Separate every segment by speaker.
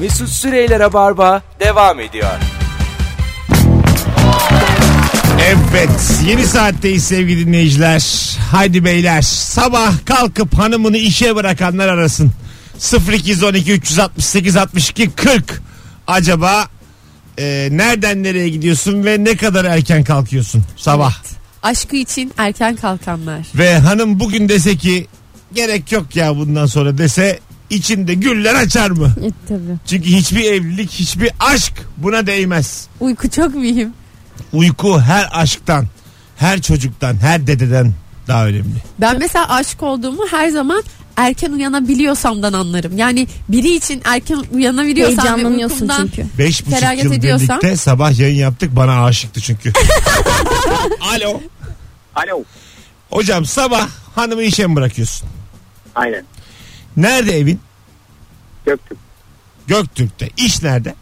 Speaker 1: Mesut Süreyler'e barba devam ediyor.
Speaker 2: Evet yeni saatteyiz sevgili dinleyiciler. Haydi beyler sabah kalkıp hanımını işe bırakanlar arasın. 0212 368 62 40 acaba e, nereden nereye gidiyorsun ve ne kadar erken kalkıyorsun sabah?
Speaker 3: Aşkı için erken kalkanlar.
Speaker 2: Ve hanım bugün dese ki gerek yok ya bundan sonra dese içinde güller açar mı?
Speaker 3: E, tabii.
Speaker 2: Çünkü hiçbir evlilik hiçbir aşk buna değmez.
Speaker 3: Uyku çok mühim.
Speaker 2: Uyku her aşktan, her çocuktan, her dededen daha önemli.
Speaker 3: Ben mesela aşık olduğumu her zaman erken uyanabiliyorsamdan anlarım. Yani biri için erken uyanabiliyorsam ve
Speaker 4: Heyecanlanıyorsun
Speaker 3: uykumdan-
Speaker 4: çünkü.
Speaker 2: Beş buçuk
Speaker 3: Feragat
Speaker 2: yıl
Speaker 3: ediyorsan.
Speaker 2: birlikte sabah yayın yaptık bana aşıktı çünkü. Alo.
Speaker 5: Alo.
Speaker 2: Hocam sabah hanımı işe mi bırakıyorsun?
Speaker 5: Aynen.
Speaker 2: Nerede evin?
Speaker 5: Göktürk.
Speaker 2: Göktürk'te. İş nerede?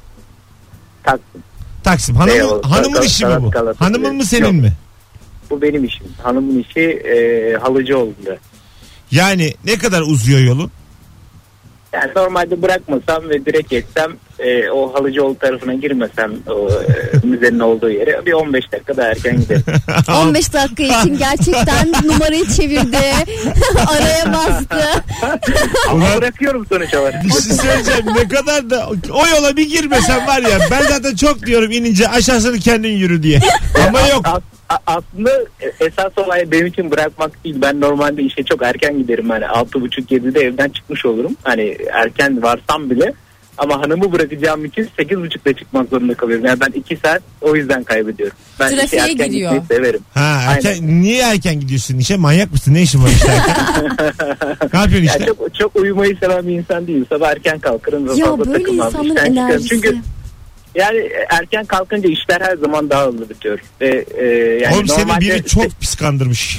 Speaker 5: Taksim.
Speaker 2: Taksim.
Speaker 5: Beyoğlu,
Speaker 2: Hanımın, hanımın
Speaker 5: Gal-
Speaker 2: işi mi bu?
Speaker 5: Galata-
Speaker 2: Hanımın mı senin
Speaker 5: Yok.
Speaker 2: mi?
Speaker 5: Bu benim işim. Hanımın işi e, halıcı oldu.
Speaker 2: Yani ne kadar uzuyor yolun?
Speaker 5: Yani normalde bırakmasam ve direkt etsem e, o Halıcıoğlu tarafına girmesem o e, müzenin olduğu yere bir 15 dakika daha erken giderim.
Speaker 4: 15 dakika için gerçekten numarayı çevirdi. Araya bastı.
Speaker 5: Ama
Speaker 2: Ulan-
Speaker 5: bırakıyorum sonuç olarak.
Speaker 2: Bir şey söyleyeceğim ne kadar da o yola bir girmesen var ya ben zaten çok diyorum inince aşağısını kendin yürü diye. Ama yok
Speaker 5: A- a- aslında e, esas olay benim için bırakmak değil. Ben normalde işe çok erken giderim. Hani 6.30-7'de evden çıkmış olurum. Hani erken varsam bile. Ama hanımı bırakacağım için 8.30'da çıkmak zorunda kalıyorum. Yani ben 2 saat o yüzden kaybediyorum. Ben işe
Speaker 3: Trafiğe
Speaker 5: erken gitmeyi
Speaker 3: giriyor.
Speaker 5: severim.
Speaker 2: Ha erken, niye erken gidiyorsun işe? Manyak mısın? Ne işin var işte erken? ne yapıyorsun
Speaker 5: Ya
Speaker 2: işte?
Speaker 5: çok çok uyumayı seven bir insan değilim. Sabah erken kalkarım.
Speaker 4: ya
Speaker 5: fazla
Speaker 4: böyle
Speaker 5: takılmam,
Speaker 4: insanların
Speaker 5: işten çıkarım.
Speaker 4: enerjisi.
Speaker 5: şey Çünkü yani erken kalkınca işler her zaman daha hızlı bitiyor. Ve e, yani
Speaker 2: Oğlum seni
Speaker 5: normalde
Speaker 2: biri çok pis kandırmış.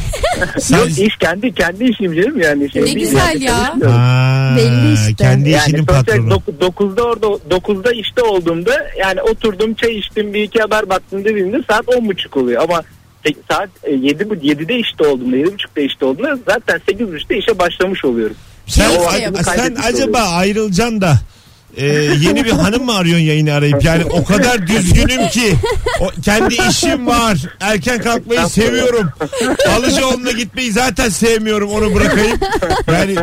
Speaker 2: Sen...
Speaker 5: Yok iş kendi kendi işim canım yani. Şey
Speaker 3: Ne
Speaker 5: değil,
Speaker 3: güzel
Speaker 5: yani
Speaker 3: ya.
Speaker 5: çalışmıyorum.
Speaker 2: Ha,
Speaker 4: Belli işte.
Speaker 2: Kendi
Speaker 5: Yani
Speaker 2: işinin
Speaker 5: sonuçta
Speaker 2: patronu.
Speaker 5: dok- dokuzda orada dokuzda işte olduğumda yani oturdum çay içtim bir iki haber baktım dediğimde saat on buçuk oluyor ama se- saat e, yedi bu yedide işte olduğumda yedi buçukta işte olduğumda zaten sekiz buçukta işe başlamış oluyorum.
Speaker 2: sen,
Speaker 3: Keyif de
Speaker 2: ay-
Speaker 4: Şey
Speaker 3: yok.
Speaker 2: sen
Speaker 5: Şey Kaybetmiş
Speaker 2: acaba
Speaker 5: oluyorum.
Speaker 2: ayrılacaksın da e, yeni bir hanım mı arıyorsun yayını arayıp yani o kadar düzgünüm ki o, kendi işim var erken kalkmayı seviyorum Alıcıoğlu'na gitmeyi zaten sevmiyorum onu bırakayım yani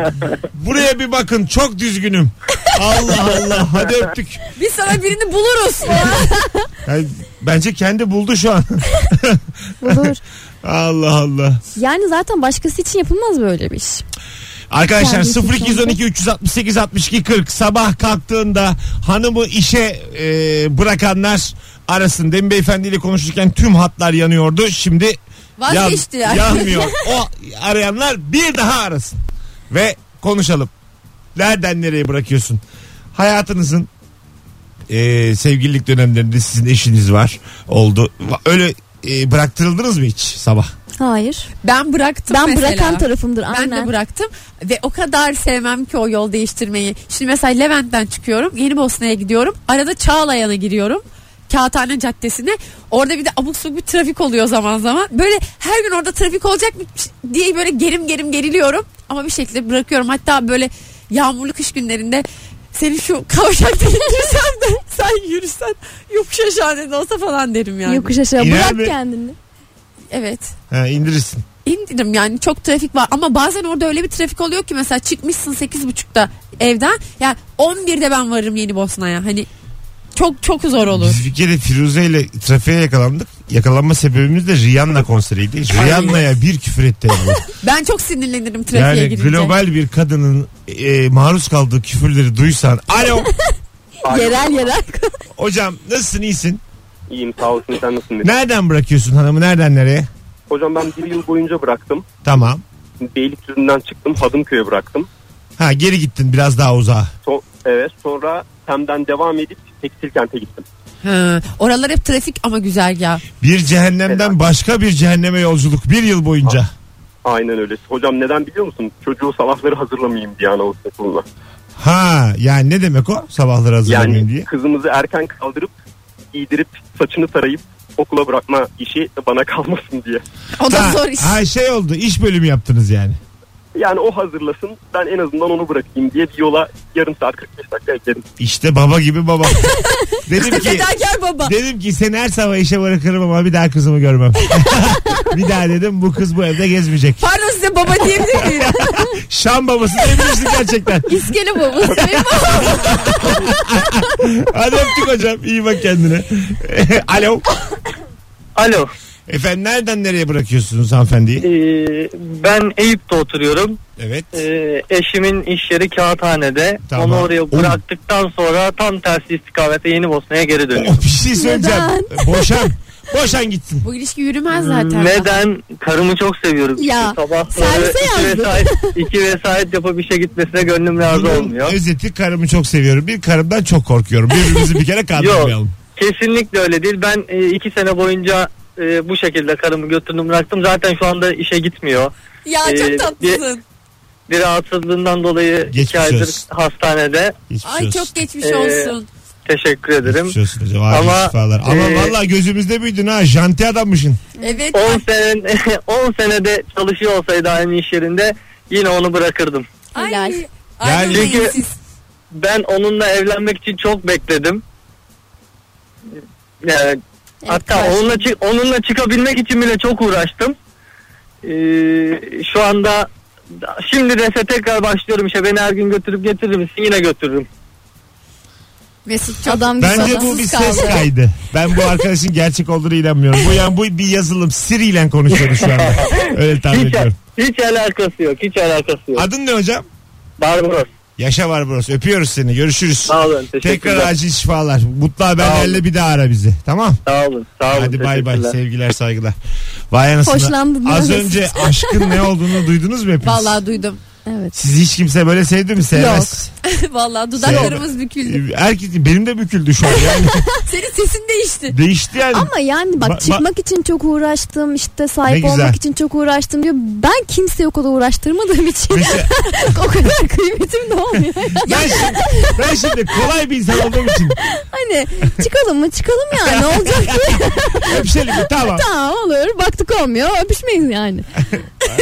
Speaker 2: buraya bir bakın çok düzgünüm Allah Allah hadi öptük
Speaker 3: Biz sana birini buluruz.
Speaker 2: Yani bence kendi buldu şu an.
Speaker 4: Olur.
Speaker 2: Allah Allah.
Speaker 4: Yani zaten başkası için yapılmaz böyle bir iş.
Speaker 2: Arkadaşlar
Speaker 4: Kendisi
Speaker 2: 0212 368 62 40 sabah kalktığında hanımı işe e, bırakanlar arasın. Demin beyefendiyle konuşurken tüm hatlar yanıyordu. Şimdi
Speaker 3: Vazgeçtiler.
Speaker 2: yanmıyor. O arayanlar bir daha arasın. Ve konuşalım. Nereden nereye bırakıyorsun? Hayatınızın e, sevgililik dönemlerinde sizin eşiniz var oldu. Öyle e, bıraktırıldınız mı hiç sabah?
Speaker 4: Hayır.
Speaker 3: ben bıraktım
Speaker 4: Ben
Speaker 3: mesela.
Speaker 4: bırakan tarafımdır.
Speaker 3: Ben
Speaker 4: Aynen.
Speaker 3: de bıraktım ve o kadar sevmem ki o yol değiştirmeyi. Şimdi mesela Levent'ten çıkıyorum. Yeni Bosna'ya gidiyorum. Arada Çağlayan'a giriyorum. Kağıthane Caddesi'ne. Orada bir de abuk subuk bir trafik oluyor zaman zaman. Böyle her gün orada trafik olacak mı diye böyle gerim gerim geriliyorum. Ama bir şekilde bırakıyorum. Hatta böyle yağmurlu kış günlerinde senin şu kavşakta girsem de sen yürüsen yokuş aşağı ne olsa falan derim yani.
Speaker 4: Yokuş aşağı
Speaker 2: İner
Speaker 4: bırak
Speaker 2: mi?
Speaker 4: kendini.
Speaker 3: Evet.
Speaker 2: Ha, indirirsin.
Speaker 3: İndirim yani çok trafik var ama bazen orada öyle bir trafik oluyor ki mesela çıkmışsın 8.30'da evden yani 11'de ben varırım Yeni Bosna'ya hani çok çok zor olur.
Speaker 2: Biz bir kere Firuze ile trafiğe yakalandık. Yakalanma sebebimiz de Rihanna konseriydi. Rihanna'ya bir küfür etti. yani.
Speaker 3: Ben çok sinirlenirim trafiğe
Speaker 2: yani
Speaker 3: girince.
Speaker 2: global bir kadının e, maruz kaldığı küfürleri duysan. Alo
Speaker 4: Yerel yerel.
Speaker 2: hocam nasılsın iyisin?
Speaker 6: İyiyim sağ olsun sen nasılsın dedi.
Speaker 2: Nereden bırakıyorsun hanımı nereden nereye?
Speaker 6: Hocam ben bir yıl boyunca bıraktım.
Speaker 2: Tamam.
Speaker 6: Beylikdüzü'nden çıktım Hadımköy'e bıraktım.
Speaker 2: Ha geri gittin biraz daha uzağa.
Speaker 6: So- evet sonra Tem'den devam edip tekstil kente gittim.
Speaker 3: Ha, oralar hep trafik ama güzel ya.
Speaker 2: Bir cehennemden
Speaker 6: Evet.
Speaker 2: başka bir cehenneme yolculuk bir yıl boyunca.
Speaker 6: Aynen öyle. Hocam neden biliyor musun? Çocuğu sabahları hazırlamayayım diye anaokul okuluna.
Speaker 2: Ha yani ne demek o sabahları hazırlanayım
Speaker 6: Yani
Speaker 2: diye.
Speaker 6: kızımızı erken kaldırıp giydirip saçını tarayıp okula bırakma işi bana kalmasın diye.
Speaker 3: O da
Speaker 2: Ha,
Speaker 3: zor iş.
Speaker 2: ha şey oldu iş bölümü yaptınız yani.
Speaker 6: Yani o hazırlasın ben en azından onu bırakayım diye bir yola yarım saat 45 dakika ekledim.
Speaker 2: İşte baba gibi baba. dedim ki
Speaker 3: Fedakar baba.
Speaker 2: dedim ki seni her sabah işe bırakırım ama bir daha kızımı görmem. bir daha dedim bu kız bu evde gezmeyecek.
Speaker 3: Pardon size baba diyebilir miyim?
Speaker 2: Şam babası demişti gerçekten.
Speaker 4: İskele babası. benim babam.
Speaker 2: Hadi öptük hocam. İyi bak kendine. Alo.
Speaker 7: Alo.
Speaker 2: Efendim nereden nereye bırakıyorsunuz hanımefendiyi?
Speaker 7: Ee, ben Eyüp'te oturuyorum.
Speaker 2: Evet.
Speaker 7: Ee, eşimin iş yeri Kağıthane'de.
Speaker 2: Tamam.
Speaker 7: Onu oraya
Speaker 2: Oğlum.
Speaker 7: bıraktıktan sonra tam tersi istikamete Yeni Bosna'ya geri
Speaker 2: O
Speaker 7: dönüyorum.
Speaker 2: bir şey söyleyeceğim. Boşan. Boşan gitsin.
Speaker 3: Bu ilişki yürümez
Speaker 2: Hmm.
Speaker 3: zaten.
Speaker 7: Neden? Karımı çok seviyorum.
Speaker 4: Ya,
Speaker 7: Sabahları
Speaker 4: servise
Speaker 7: iki
Speaker 4: yazdın.
Speaker 7: vesait, iki vesait yapıp işe gitmesine gönlüm razı
Speaker 2: Bunun
Speaker 7: olmuyor.
Speaker 2: Özeti karımı çok seviyorum. Bir karımdan çok korkuyorum. Birbirimizi bir kere kandırmayalım.
Speaker 7: Kesinlikle öyle değil. Ben e, iki sene boyunca e, bu şekilde karımı götürdüm bıraktım. Zaten şu anda işe gitmiyor.
Speaker 3: Ya
Speaker 7: Ee,
Speaker 3: çok tatlısın.
Speaker 7: Bir rahatsızlığından dolayı
Speaker 2: Geçmiş
Speaker 7: iki aydır
Speaker 2: olsun.
Speaker 7: hastanede.
Speaker 2: Hiçbir şey
Speaker 3: Ay
Speaker 2: olsun.
Speaker 3: çok geçmiş
Speaker 7: Ee,
Speaker 3: olsun.
Speaker 7: Teşekkür ederim.
Speaker 2: Hiçbir şey olsun hocam. Acil
Speaker 7: Ama,
Speaker 2: şifalar. Ama
Speaker 7: e,
Speaker 2: valla gözümüzde büyüdün ha. Janti adammışsın.
Speaker 3: Evet.
Speaker 7: 10 sene 10 senede çalışıyor olsaydı aynı iş yerinde yine onu bırakırdım.
Speaker 3: Ay,
Speaker 4: Helal.
Speaker 3: ay,
Speaker 2: Yani-
Speaker 3: ayrılmayın
Speaker 7: Çünkü-
Speaker 3: siz.
Speaker 7: Ben onunla evlenmek için çok bekledim. Ee, hatta
Speaker 4: karşı-
Speaker 7: onunla çı- onunla çıkabilmek için bile çok uğraştım. Ee, şu anda şimdi dese tekrar başlıyorum işe beni her gün götürüp getirir misin? Yine götürürüm.
Speaker 3: Mesut çok
Speaker 4: Adam bir
Speaker 2: Bence bu
Speaker 4: sabahsız
Speaker 2: bir ses
Speaker 4: kaldı.
Speaker 2: kaydı. Ben bu arkadaşın gerçek olduğunu inanmıyorum. Bu yani bu bir yazılım. Siri ile konuşuyordu şu anda. Öyle tahmin
Speaker 7: Hiç,
Speaker 2: ediyorum.
Speaker 7: hiç alakası yok. Hiç alakası yok.
Speaker 2: Adın ne hocam?
Speaker 7: Barbaros.
Speaker 2: Yaşa var burası. Öpüyoruz seni. Görüşürüz.
Speaker 7: Sağ olun.
Speaker 2: Tekrar
Speaker 7: Teşekkürler.
Speaker 2: acil şifalar. Mutlu
Speaker 7: Sağ
Speaker 2: haberlerle bir daha ara bizi. Tamam.
Speaker 7: Sağ olun. Sağ olun.
Speaker 2: Hadi bay bay.
Speaker 7: teşekkürler.
Speaker 2: Sevgiler saygılar. Vay anasını.
Speaker 4: Hoşlandın değil mi?
Speaker 2: Az önce aşkın ne olduğunu duydunuz mu hepiniz?
Speaker 3: Vallahi duydum.
Speaker 4: Evet.
Speaker 2: Sizi hiç kimse böyle sevdi mi? Sevmez.
Speaker 3: Vallahi dudaklarımız büküldü.
Speaker 2: Herkes, benim de büküldü şu an. Yani
Speaker 3: Senin sesin değişti.
Speaker 2: değişti yani.
Speaker 4: Ama yani bak
Speaker 2: Ba- ba-
Speaker 4: çıkmak için çok uğraştım işte
Speaker 2: Ne
Speaker 4: sahip
Speaker 2: güzel.
Speaker 4: olmak için çok uğraştım diyor. Ben kimseye o kadar uğraştırmadığım için
Speaker 2: Mesela
Speaker 4: o kadar kıymetim de olmuyor.
Speaker 2: ben şimdi, ben şimdi kolay bir insan olduğum için
Speaker 4: Hani çıkalım mı çıkalım yani ne olacak ki?
Speaker 2: öpüşelim mi? Tamam.
Speaker 4: tamam olur baktık olmuyor öpüşmeyiz yani.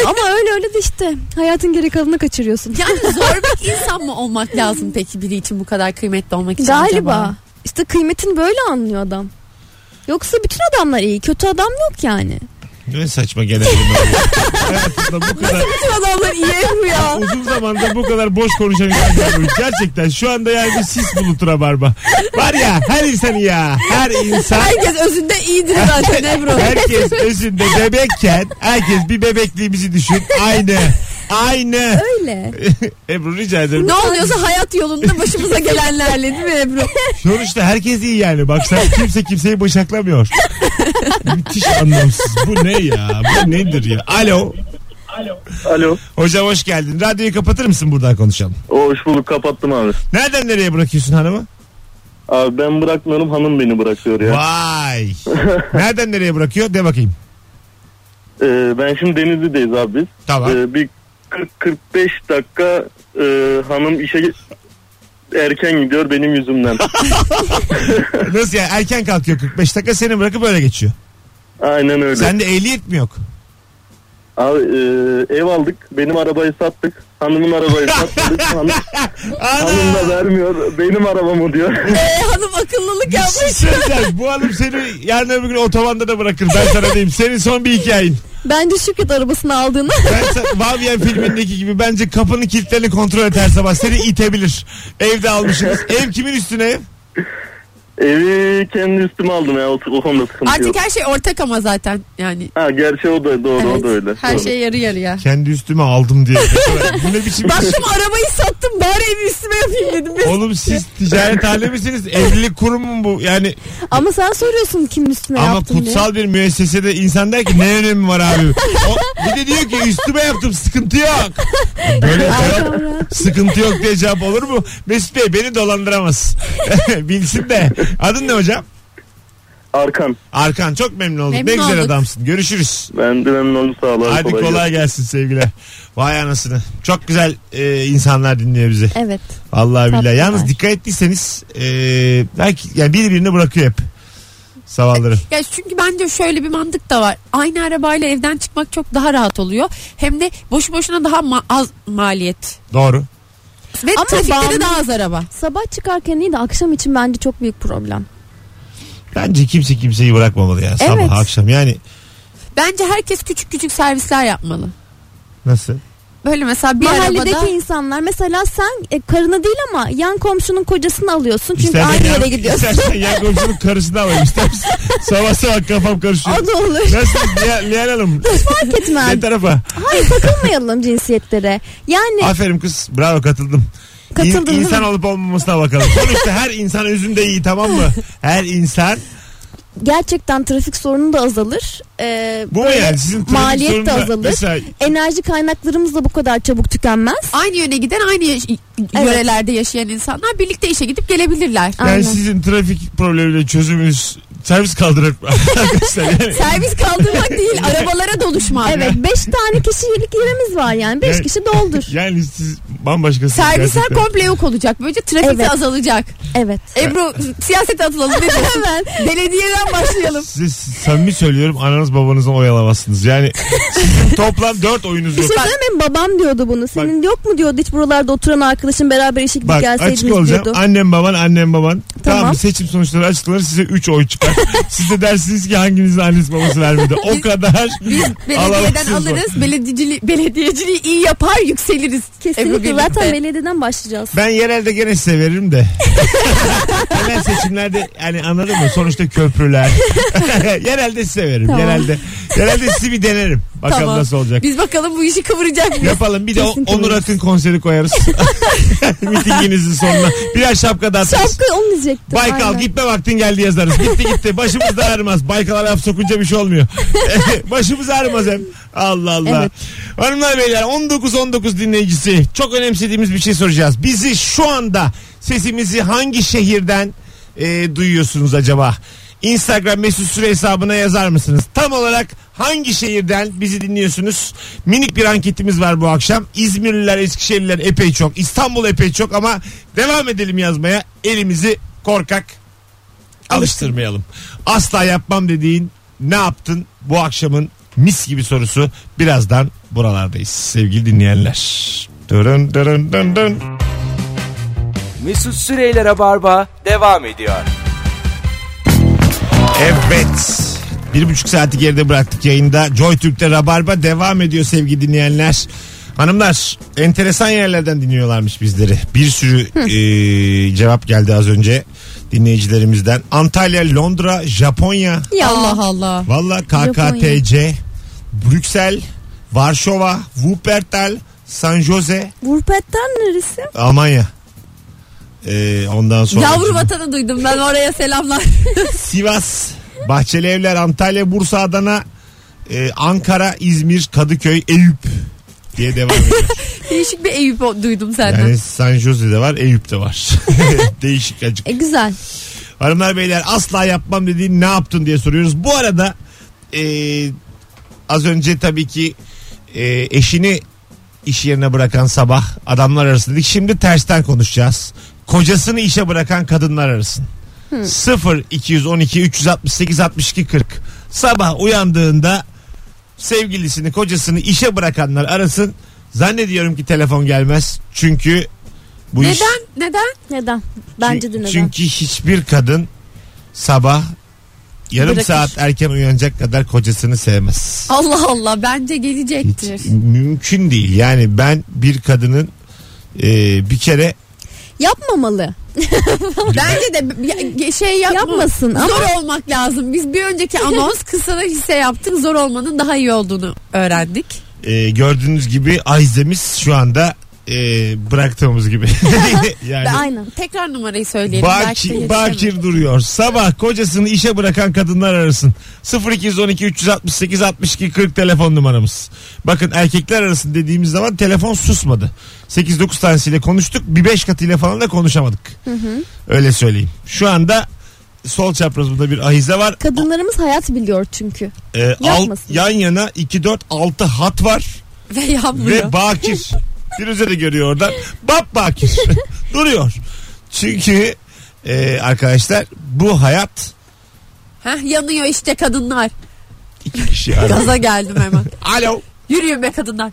Speaker 4: Ama öyle öyle de işte hayatın geri kalanını kaçırıyorsun.
Speaker 3: Yani zorbek insan mı olmak lazım peki biri için bu kadar kıymetli olmak için
Speaker 4: Galiba
Speaker 3: acaba?
Speaker 4: işte kıymetini böyle anlıyor adam. Yoksa bütün adamlar iyi kötü adam yok yani.
Speaker 2: Ne saçma gene benim öyle. Hayatımda bu kadar
Speaker 4: Bütün adamlar iyi bu ya.
Speaker 2: uzun zamanda bu kadar boş konuşan insan görmemiş. Gerçekten şu anda yani bir sis bulutu rabarba. Var ya her insan ya. Her insan.
Speaker 3: Herkes özünde iyidir zaten Ebru.
Speaker 2: Herkes özünde bebekken herkes bir bebekliğimizi düşün. Aynı. Aynı.
Speaker 4: Öyle.
Speaker 2: Ebru rica ederim.
Speaker 3: ne oluyorsa hayat yolunda başımıza gelenlerle değil mi Ebru?
Speaker 2: Sonuçta herkes iyi yani. Baksana kimse kimseyi bıçaklamıyor. Müthiş anlamsız. Bu ne ya? Bu nedir ya? Alo.
Speaker 7: Alo.
Speaker 2: Hocam hoş geldin. Radyoyu kapatır mısın buradan konuşalım?
Speaker 7: Hoş bulduk. Kapattım abi.
Speaker 2: Nereden nereye bırakıyorsun hanımı?
Speaker 7: Abi ben bırakmıyorum hanım beni bırakıyor
Speaker 2: Vay. Nereden nereye bırakıyor? De bakayım.
Speaker 7: Ee, ben şimdi Denizli'deyiz abi biz.
Speaker 2: Tamam.
Speaker 7: Ee, bir 40-45 dakika e, hanım işe gi- erken gidiyor benim yüzümden.
Speaker 2: Nasıl ya? Erken kalkıyor 45 dakika seni bırakıp öyle geçiyor.
Speaker 7: Aynen öyle.
Speaker 2: Sende ehliyet mi yok?
Speaker 7: Abi e, ev aldık. Benim arabayı sattık. Hanımın arabayı sattık. Hanım, hanım da
Speaker 2: Ana!
Speaker 7: vermiyor. Benim arabamı diyor.
Speaker 3: Ee, hanım akıllılık
Speaker 2: Bir şey
Speaker 3: yapmış.
Speaker 2: söyleyeceğim. Bu hanım seni yarın öbür gün otobanda da bırakır. Ben sana diyeyim. Senin son bir hikayen.
Speaker 4: Bence Şükret arabasını aldığında
Speaker 2: Ben sa- Vavyen filmindeki gibi bence kapının kilitlerini kontrol et her sabah. Seni itebilir. Evde almışsınız. Ev kimin üstüne ev?
Speaker 7: Evi kendi üstüme aldım ya. O, o konuda sıkıntı yok.
Speaker 3: Artık her şey ortak ama zaten yani.
Speaker 7: Ha, gerçi o da doğru o da öyle.
Speaker 3: Evet, her
Speaker 7: Doğru.
Speaker 3: şey yarı yarıya.
Speaker 2: Kendi üstüme aldım diye. Bu ne biçim bir şey?
Speaker 3: Baktım arabayı sattım bari evi üstüme yapayım dedim. Ben-
Speaker 2: Oğlum siz ticaret hali misiniz? Evlilik kurumu mu bu? Yani
Speaker 4: ama sen soruyorsun kimin üstüne
Speaker 2: ama
Speaker 4: yaptın diye.
Speaker 2: kutsal bir müessesede insan der ki ne önemi var abi? O, bir de diyor ki üstüme yaptım sıkıntı yok. Böyle cevap sıkıntı yok diye cevap olur mu? Mesut Bey beni dolandıramaz. Bilsin de. Adın ne hocam?
Speaker 7: Arkan.
Speaker 2: Arkan çok memnun olduk.
Speaker 3: Memnun
Speaker 2: ne güzel
Speaker 3: olduk.
Speaker 2: adamsın. Görüşürüz.
Speaker 7: Ben de memnun oldum sağ olun.
Speaker 2: Hadi kolay, gelsin sevgiler. Vay anasını. Çok güzel e, insanlar dinliyor bizi.
Speaker 4: Evet.
Speaker 2: Allah
Speaker 4: Tatlılar.
Speaker 2: billahi. Yalnız dikkat ettiyseniz e, belki yani birbirini bırakıyor hep. Sabahları.
Speaker 3: Ya çünkü bence şöyle bir mantık da var. Aynı arabayla evden çıkmak çok daha rahat oluyor. Hem de boşu boşuna daha ma- az maliyet.
Speaker 2: Doğru.
Speaker 3: Ve
Speaker 4: Ama
Speaker 3: trafikte de
Speaker 4: bağımlı-
Speaker 3: daha az araba.
Speaker 4: Sabah çıkarken iyi de akşam için bence çok büyük problem.
Speaker 2: Bence kimse kimseyi bırakmamalı ya.
Speaker 4: Evet.
Speaker 2: Sabah akşam yani
Speaker 3: Bence herkes küçük küçük servisler yapmalı.
Speaker 2: nasıl?
Speaker 3: Böyle mesela bir
Speaker 4: Mahalledeki
Speaker 3: arabada
Speaker 4: insanlar mesela sen e, karını değil ama yan komşunun kocasını alıyorsun çünkü
Speaker 2: İstersen
Speaker 4: aynı
Speaker 2: yan-
Speaker 4: yere gidiyorsun.
Speaker 2: İstersen yan komşunun karısını alayım istersen. sabah sabah kafam karışıyor.
Speaker 4: O da olur.
Speaker 2: Nasıl Li- Lihan Hanım?
Speaker 4: Fark etmez.
Speaker 2: Ne tarafa?
Speaker 4: Hayır takılmayalım cinsiyetlere. Yani
Speaker 2: Aferin kız. Bravo katıldım.
Speaker 4: Katıldın değil
Speaker 2: insan
Speaker 4: mi?
Speaker 2: olup olmamasına bakalım. Sonuçta her insan özünde iyi tamam mı? Her insan.
Speaker 4: gerçekten trafik sorunu da azalır. Ee,
Speaker 2: Bu mu
Speaker 4: böyle
Speaker 2: yani? Sizin trafik
Speaker 4: maliyet
Speaker 2: sorunu
Speaker 4: de
Speaker 2: da-
Speaker 4: azalır.
Speaker 2: Mesela
Speaker 4: Enerji kaynaklarımız da bu kadar çabuk tükenmez.
Speaker 3: aynı yöne giden aynı yaş- yörelerde yaşayan insanlar birlikte işe gidip gelebilirler.
Speaker 2: yani
Speaker 4: Aynen.
Speaker 2: sizin trafik problemiyle çözümünüz servis kaldırır arkadaşlar. Yani
Speaker 3: Servis kaldırmak değil arabalara doluşmak.
Speaker 4: Evet 5 tane kişilik yerimiz var yani. 5
Speaker 2: Evet.
Speaker 4: kişi doldur.
Speaker 2: Yani siz bambaşkasınız.
Speaker 3: Servisler
Speaker 2: gerçekten.
Speaker 3: komple yok olacak. Böylece trafik de
Speaker 4: Evet.
Speaker 3: azalacak.
Speaker 4: Evet.
Speaker 3: Ebru siyasete atılalım. Ne diyorsun?
Speaker 4: Hemen.
Speaker 3: Belediyeden başlayalım.
Speaker 2: Size samimi söylüyorum ananız babanızı oyalamazsınız. Yani sizin toplam 4 oyunuz
Speaker 4: Bir
Speaker 2: yok.
Speaker 4: şey söyleyeyim mi? Babam diyordu bunu. Senin yok mu diyordu hiç buralarda oturan arkadaşın beraber işe gidip
Speaker 2: Bak
Speaker 4: gelseydiniz
Speaker 2: açık olacağım.
Speaker 4: diyordu.
Speaker 2: Annem baban annem baban. Tamam.
Speaker 4: Tamam.
Speaker 2: seçim sonuçları açıklanır size 3 oy çıkar. Siz de dersiniz ki hanginizin annesi babası vermedi. O kadar.
Speaker 3: Biz belediyeden
Speaker 2: Alamazsınız
Speaker 3: alırız. Belediciliği, belediyeciliği iyi yapar yükseliriz. Ebru
Speaker 4: Kesinlikle
Speaker 3: birlikte.
Speaker 4: zaten belediyeden başlayacağız.
Speaker 2: Ben yerelde gene size veririm de. Genel seçimlerde yani anladın mı? Sonuçta köprüler. yerelde size veririm.
Speaker 4: Tamam.
Speaker 2: Yerelde. Yerelde sizi bir denerim. Bakalım
Speaker 3: Tamam.
Speaker 2: nasıl olacak.
Speaker 3: Biz bakalım bu işi kıvıracak mı?
Speaker 2: Yapalım bir de
Speaker 4: Kesin
Speaker 2: Onur
Speaker 4: kıvırırız.
Speaker 2: Akın konseri koyarız. Mitinginizin sonuna. Birer şapka da atarız.
Speaker 4: Şapka onu diyecektim.
Speaker 2: Baykal
Speaker 4: aynen.
Speaker 2: gitme vaktin geldi yazarız. Gitti gitti. Başımız da ağrımaz. Baykal'a laf sokunca bir şey olmuyor. Başımız ağrımaz hem. Allah Allah.
Speaker 4: Evet.
Speaker 2: Hanımlar beyler 19-19 dinleyicisi. Çok önemsediğimiz bir şey soracağız. Bizi şu anda sesimizi hangi şehirden e, duyuyorsunuz acaba? Instagram mesut süre hesabına yazar mısınız? Tam olarak hangi şehirden bizi dinliyorsunuz? Minik bir anketimiz var bu akşam. İzmirliler, Eskişehirliler epey çok. İstanbul epey çok ama devam edelim yazmaya. Elimizi korkak alıştırmayalım. Asla yapmam dediğin ne yaptın bu akşamın mis gibi sorusu birazdan buralardayız sevgili dinleyenler. Dırın dırın dın dın.
Speaker 1: Mesut Süreyler'e barba devam ediyor.
Speaker 2: Evet. Bir buçuk saati geride bıraktık yayında. Joy Türk'te Rabarba devam ediyor sevgili dinleyenler. Hanımlar enteresan yerlerden dinliyorlarmış bizleri. Bir sürü e, cevap geldi az önce dinleyicilerimizden. Antalya, Londra, Japonya.
Speaker 4: Ya
Speaker 3: Allah Allah.
Speaker 2: Valla KKTC, Brüksel, Varşova, Wuppertal, San Jose,
Speaker 4: Vurpet'ten neresi?
Speaker 2: Almanya. Ee, ondan sonra
Speaker 3: Yavru vatanı duydum ben oraya selamlar.
Speaker 2: Sivas, Bahçeli Evler, Antalya, Bursa, Adana, e, Ankara, İzmir, Kadıköy, Eyüp diye devam ediyor.
Speaker 3: Değişik bir Eyüp o- duydum senden.
Speaker 2: Yani San Jose de var, Eyüp de var. Değişik acık.
Speaker 4: E güzel.
Speaker 2: Hanımlar beyler asla yapmam dediğin ne yaptın diye soruyoruz. Bu arada e, az önce tabii ki e, eşini iş yerine bırakan sabah adamlar arasındık. Şimdi tersten konuşacağız. Kocasını işe bırakan kadınlar arasın.
Speaker 4: Hmm.
Speaker 2: 0 212 368 62 40 sabah uyandığında sevgilisini kocasını işe bırakanlar arasın. Zannediyorum ki telefon gelmez. Çünkü bu iş
Speaker 3: neden? Neden?
Speaker 4: Neden? Bence
Speaker 2: Çün-
Speaker 4: de neden?
Speaker 2: Çünkü hiçbir kadın sabah yarım
Speaker 3: Bırakır.
Speaker 2: saat erken uyanacak kadar kocasını sevmez.
Speaker 3: Allah Allah bence
Speaker 2: Hiç
Speaker 3: gelecektir.
Speaker 2: mümkün değil. Yani ben bir kadının e, bir kere
Speaker 4: Yapmamalı.
Speaker 3: Bence de ya- şey yapma.
Speaker 4: Yapmasın ama-
Speaker 3: Zor olmak lazım. Biz bir önceki anons kısa hisse yaptık. Zor olmanın daha iyi olduğunu öğrendik.
Speaker 2: e, gördüğünüz gibi Ayzemiz şu anda e, bıraktığımız gibi. yani
Speaker 4: Aynen.
Speaker 3: Tekrar numarayı söyleyelim. Belki de
Speaker 2: Bakir,
Speaker 3: yetişemez.
Speaker 2: bakir duruyor. Sabah kocasını işe bırakan kadınlar arasın. 0212 368 62 40 telefon numaramız. Bakın erkekler arasın dediğimiz zaman telefon susmadı. 8-9 tanesiyle konuştuk. Bir 5 katıyla falan da konuşamadık. Öyle söyleyeyim. Şu anda sol çaprazımda bir ahize var.
Speaker 4: Kadınlarımız hayat biliyor çünkü.
Speaker 2: Ee, alt,
Speaker 4: yapmasın.
Speaker 2: yan yana 2-4-6 hat var
Speaker 3: Ve yapmıyor.
Speaker 2: ve Bakir. Firuze de görüyor oradan. Bab Bakir. Duruyor. Çünkü e, arkadaşlar bu hayat
Speaker 3: Heh, yanıyor işte kadınlar.
Speaker 2: İki kişi arıyor.
Speaker 3: Gaza geldim hemen.
Speaker 2: Alo.
Speaker 3: Yürüyün be kadınlar.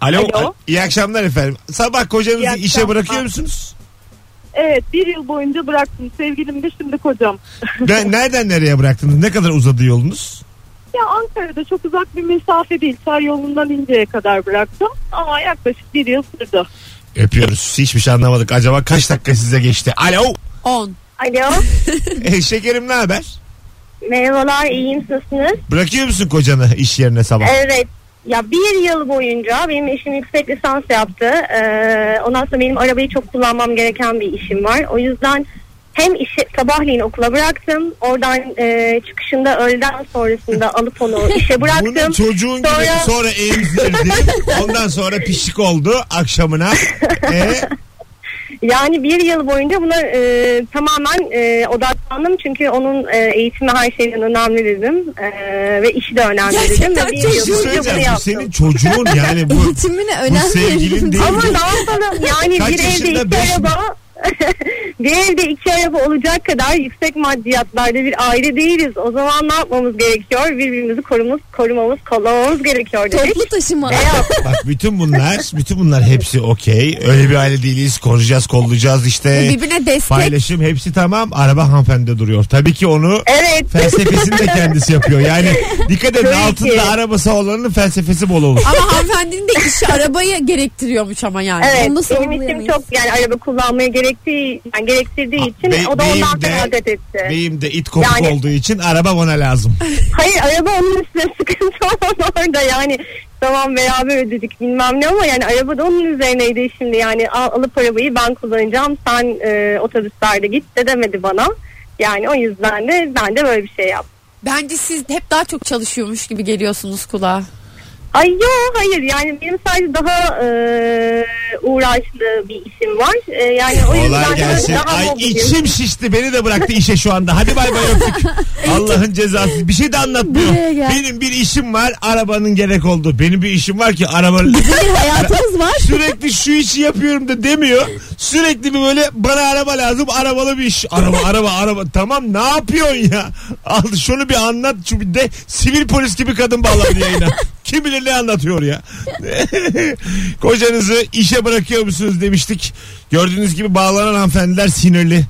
Speaker 2: Alo.
Speaker 8: Alo.
Speaker 2: İyi akşamlar efendim. Sabah kocanızı
Speaker 8: İyi
Speaker 2: işe
Speaker 8: akşamlar.
Speaker 2: bırakıyor musunuz?
Speaker 8: Evet bir yıl boyunca bıraktım. Sevgilim de şimdi kocam.
Speaker 2: Ne- nereden nereye bıraktınız? Ne kadar uzadı yolunuz?
Speaker 8: Ya Ankara'da çok uzak bir mesafe değil. Çar yolundan İnce'ye kadar bıraktım. Ama yaklaşık bir yıl sürdü.
Speaker 2: Öpüyoruz. Hiçbir şey anlamadık. Acaba kaç dakika size geçti? Alo.
Speaker 3: 10.
Speaker 9: Alo.
Speaker 2: E, şekerim ne haber?
Speaker 9: Merhabalar iyiyim nasılsınız?
Speaker 2: Bırakıyor musun kocanı iş yerine sabah?
Speaker 9: Evet. Ya bir yıl boyunca benim eşim yüksek lisans yaptı. Ee, ondan sonra benim arabayı çok kullanmam gereken bir işim var. O yüzden hem işi sabahleyin okula bıraktım. Oradan e, çıkışında öğleden sonrasında alıp onu işe
Speaker 2: Bunu
Speaker 9: bıraktım.
Speaker 2: çocuğun gibi
Speaker 9: Sonra-
Speaker 2: sonra emzirdi. Ondan sonra pişik oldu akşamına. E,
Speaker 9: Yani bir yıl boyunca buna e, tamamen e, odaklandım. Çünkü onun e, eğitimi her şeyden önemli dedim. E, ve işi de önemli dedim.
Speaker 3: Gerçekten
Speaker 9: Ve bir
Speaker 2: bir
Speaker 9: yıl
Speaker 2: şey
Speaker 9: boyunca bunu
Speaker 2: söyleyeceğim. Bu
Speaker 9: yaptım.
Speaker 2: senin çocuğun yani bu.
Speaker 4: Eğitimine
Speaker 2: bu
Speaker 4: önem
Speaker 2: sevgilin
Speaker 4: verildi.
Speaker 2: değil.
Speaker 9: Ama ne yapalım yani
Speaker 2: Kaç
Speaker 9: bir evde
Speaker 2: yaşında?
Speaker 9: iki
Speaker 2: Beş mi?
Speaker 9: araba bir evde iki araba olacak kadar yüksek maddiyatlarda bir aile değiliz. O zaman ne yapmamız gerekiyor? Birbirimizi korumamız, korumamız, kollamamız gerekiyor dedik.
Speaker 4: Toplu taşıma.
Speaker 2: Bak bütün bunlar, bütün bunlar hepsi okey. Öyle bir aile değiliz. Koruyacağız, kollayacağız işte.
Speaker 3: Birbirine destek.
Speaker 2: Paylaşım hepsi tamam. Araba hanımefendi duruyor. Tabii ki onu
Speaker 9: Evet.
Speaker 2: felsefesini de kendisi yapıyor. Yani dikkat edin
Speaker 9: Tabii
Speaker 2: altında
Speaker 9: ki.
Speaker 2: arabası olanın felsefesi bol olur.
Speaker 3: Ama hanımefendinin de işi arabayı gerektiriyormuş ama yani.
Speaker 9: Evet,
Speaker 4: Bunu nasıl
Speaker 9: benim işim
Speaker 4: vurgulayamayız?
Speaker 9: çok yani araba kullanmaya gerektiği, yani gerektirdiği için
Speaker 2: Be-
Speaker 9: o da
Speaker 2: beyim
Speaker 9: ondan
Speaker 2: de-
Speaker 9: feragat etti.
Speaker 2: Benim de it kopuk
Speaker 9: Yani-
Speaker 2: olduğu için araba ona lazım.
Speaker 9: Hayır araba onun üstüne sıkıntı olan orada yani tamam beraber ödedik bilmem ne ama yani araba da onun üzerineydi şimdi yani al, alıp arabayı ben kullanacağım sen e, otobüslerde git de demedi bana. Yani o yüzden de ben de böyle bir şey yaptım.
Speaker 3: Bence siz hep daha çok çalışıyormuş gibi geliyorsunuz kulağa.
Speaker 9: Ay yo hayır yani benim sadece daha e, uğraşlı bir işim var. E, yani o
Speaker 2: Kolay
Speaker 9: yüzden
Speaker 2: gelsin.
Speaker 9: de daha
Speaker 2: Ay
Speaker 9: mobilim.
Speaker 2: içim şişti. Beni de bıraktı işe şu anda. Hadi bay bay öptük. Allah'ın cezası. Bir şey de anlatmıyor.
Speaker 4: Buraya gel.
Speaker 2: Benim bir işim var. Arabanın gerek oldu. Benim bir işim var ki arabanın...
Speaker 4: Bir hayatımız var.
Speaker 2: Sürekli şu işi yapıyorum da demiyor. Sürekli bir böyle bana araba lazım. Arabalı bir iş. Araba araba araba. Tamam ne yapıyorsun ya? Al şunu bir anlat. Şu bir de sivil polis gibi kadın bağlandı yayına. Kim bilir ne anlatıyor ya. Kocanızı işe bırakıyor musunuz demiştik. Gördüğünüz gibi bağlanan hanımefendiler sinirli.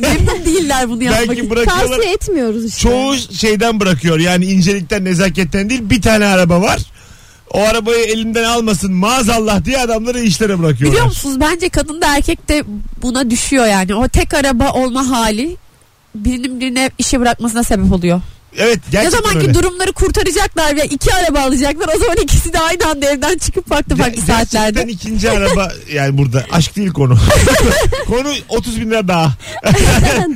Speaker 3: Memnun değiller bunu yapmak
Speaker 2: Belki
Speaker 3: için.
Speaker 2: bırakıyorlar.
Speaker 4: Tavsiye etmiyoruz işte.
Speaker 2: Çoğu şeyden bırakıyor. Yani incelikten, nezaketten değil. Bir tane araba var. O arabayı elinden almasın maazallah diye adamları işlere bırakıyorlar.
Speaker 3: Biliyor musunuz bence kadın da erkek de buna düşüyor yani. O tek araba olma hali birinin birine işe bırakmasına sebep oluyor.
Speaker 2: Evet
Speaker 3: Ne
Speaker 2: gerçekten
Speaker 3: zaman
Speaker 2: öyle.
Speaker 3: ki durumları kurtaracaklar ve iki araba alacaklar o zaman ikisi de aynı anda evden çıkıp farklı
Speaker 2: Ge-
Speaker 3: farklı
Speaker 2: Gerçekten
Speaker 3: saatlerde.
Speaker 2: ikinci araba yani burada aşk değil konu. konu 30 bin lira daha.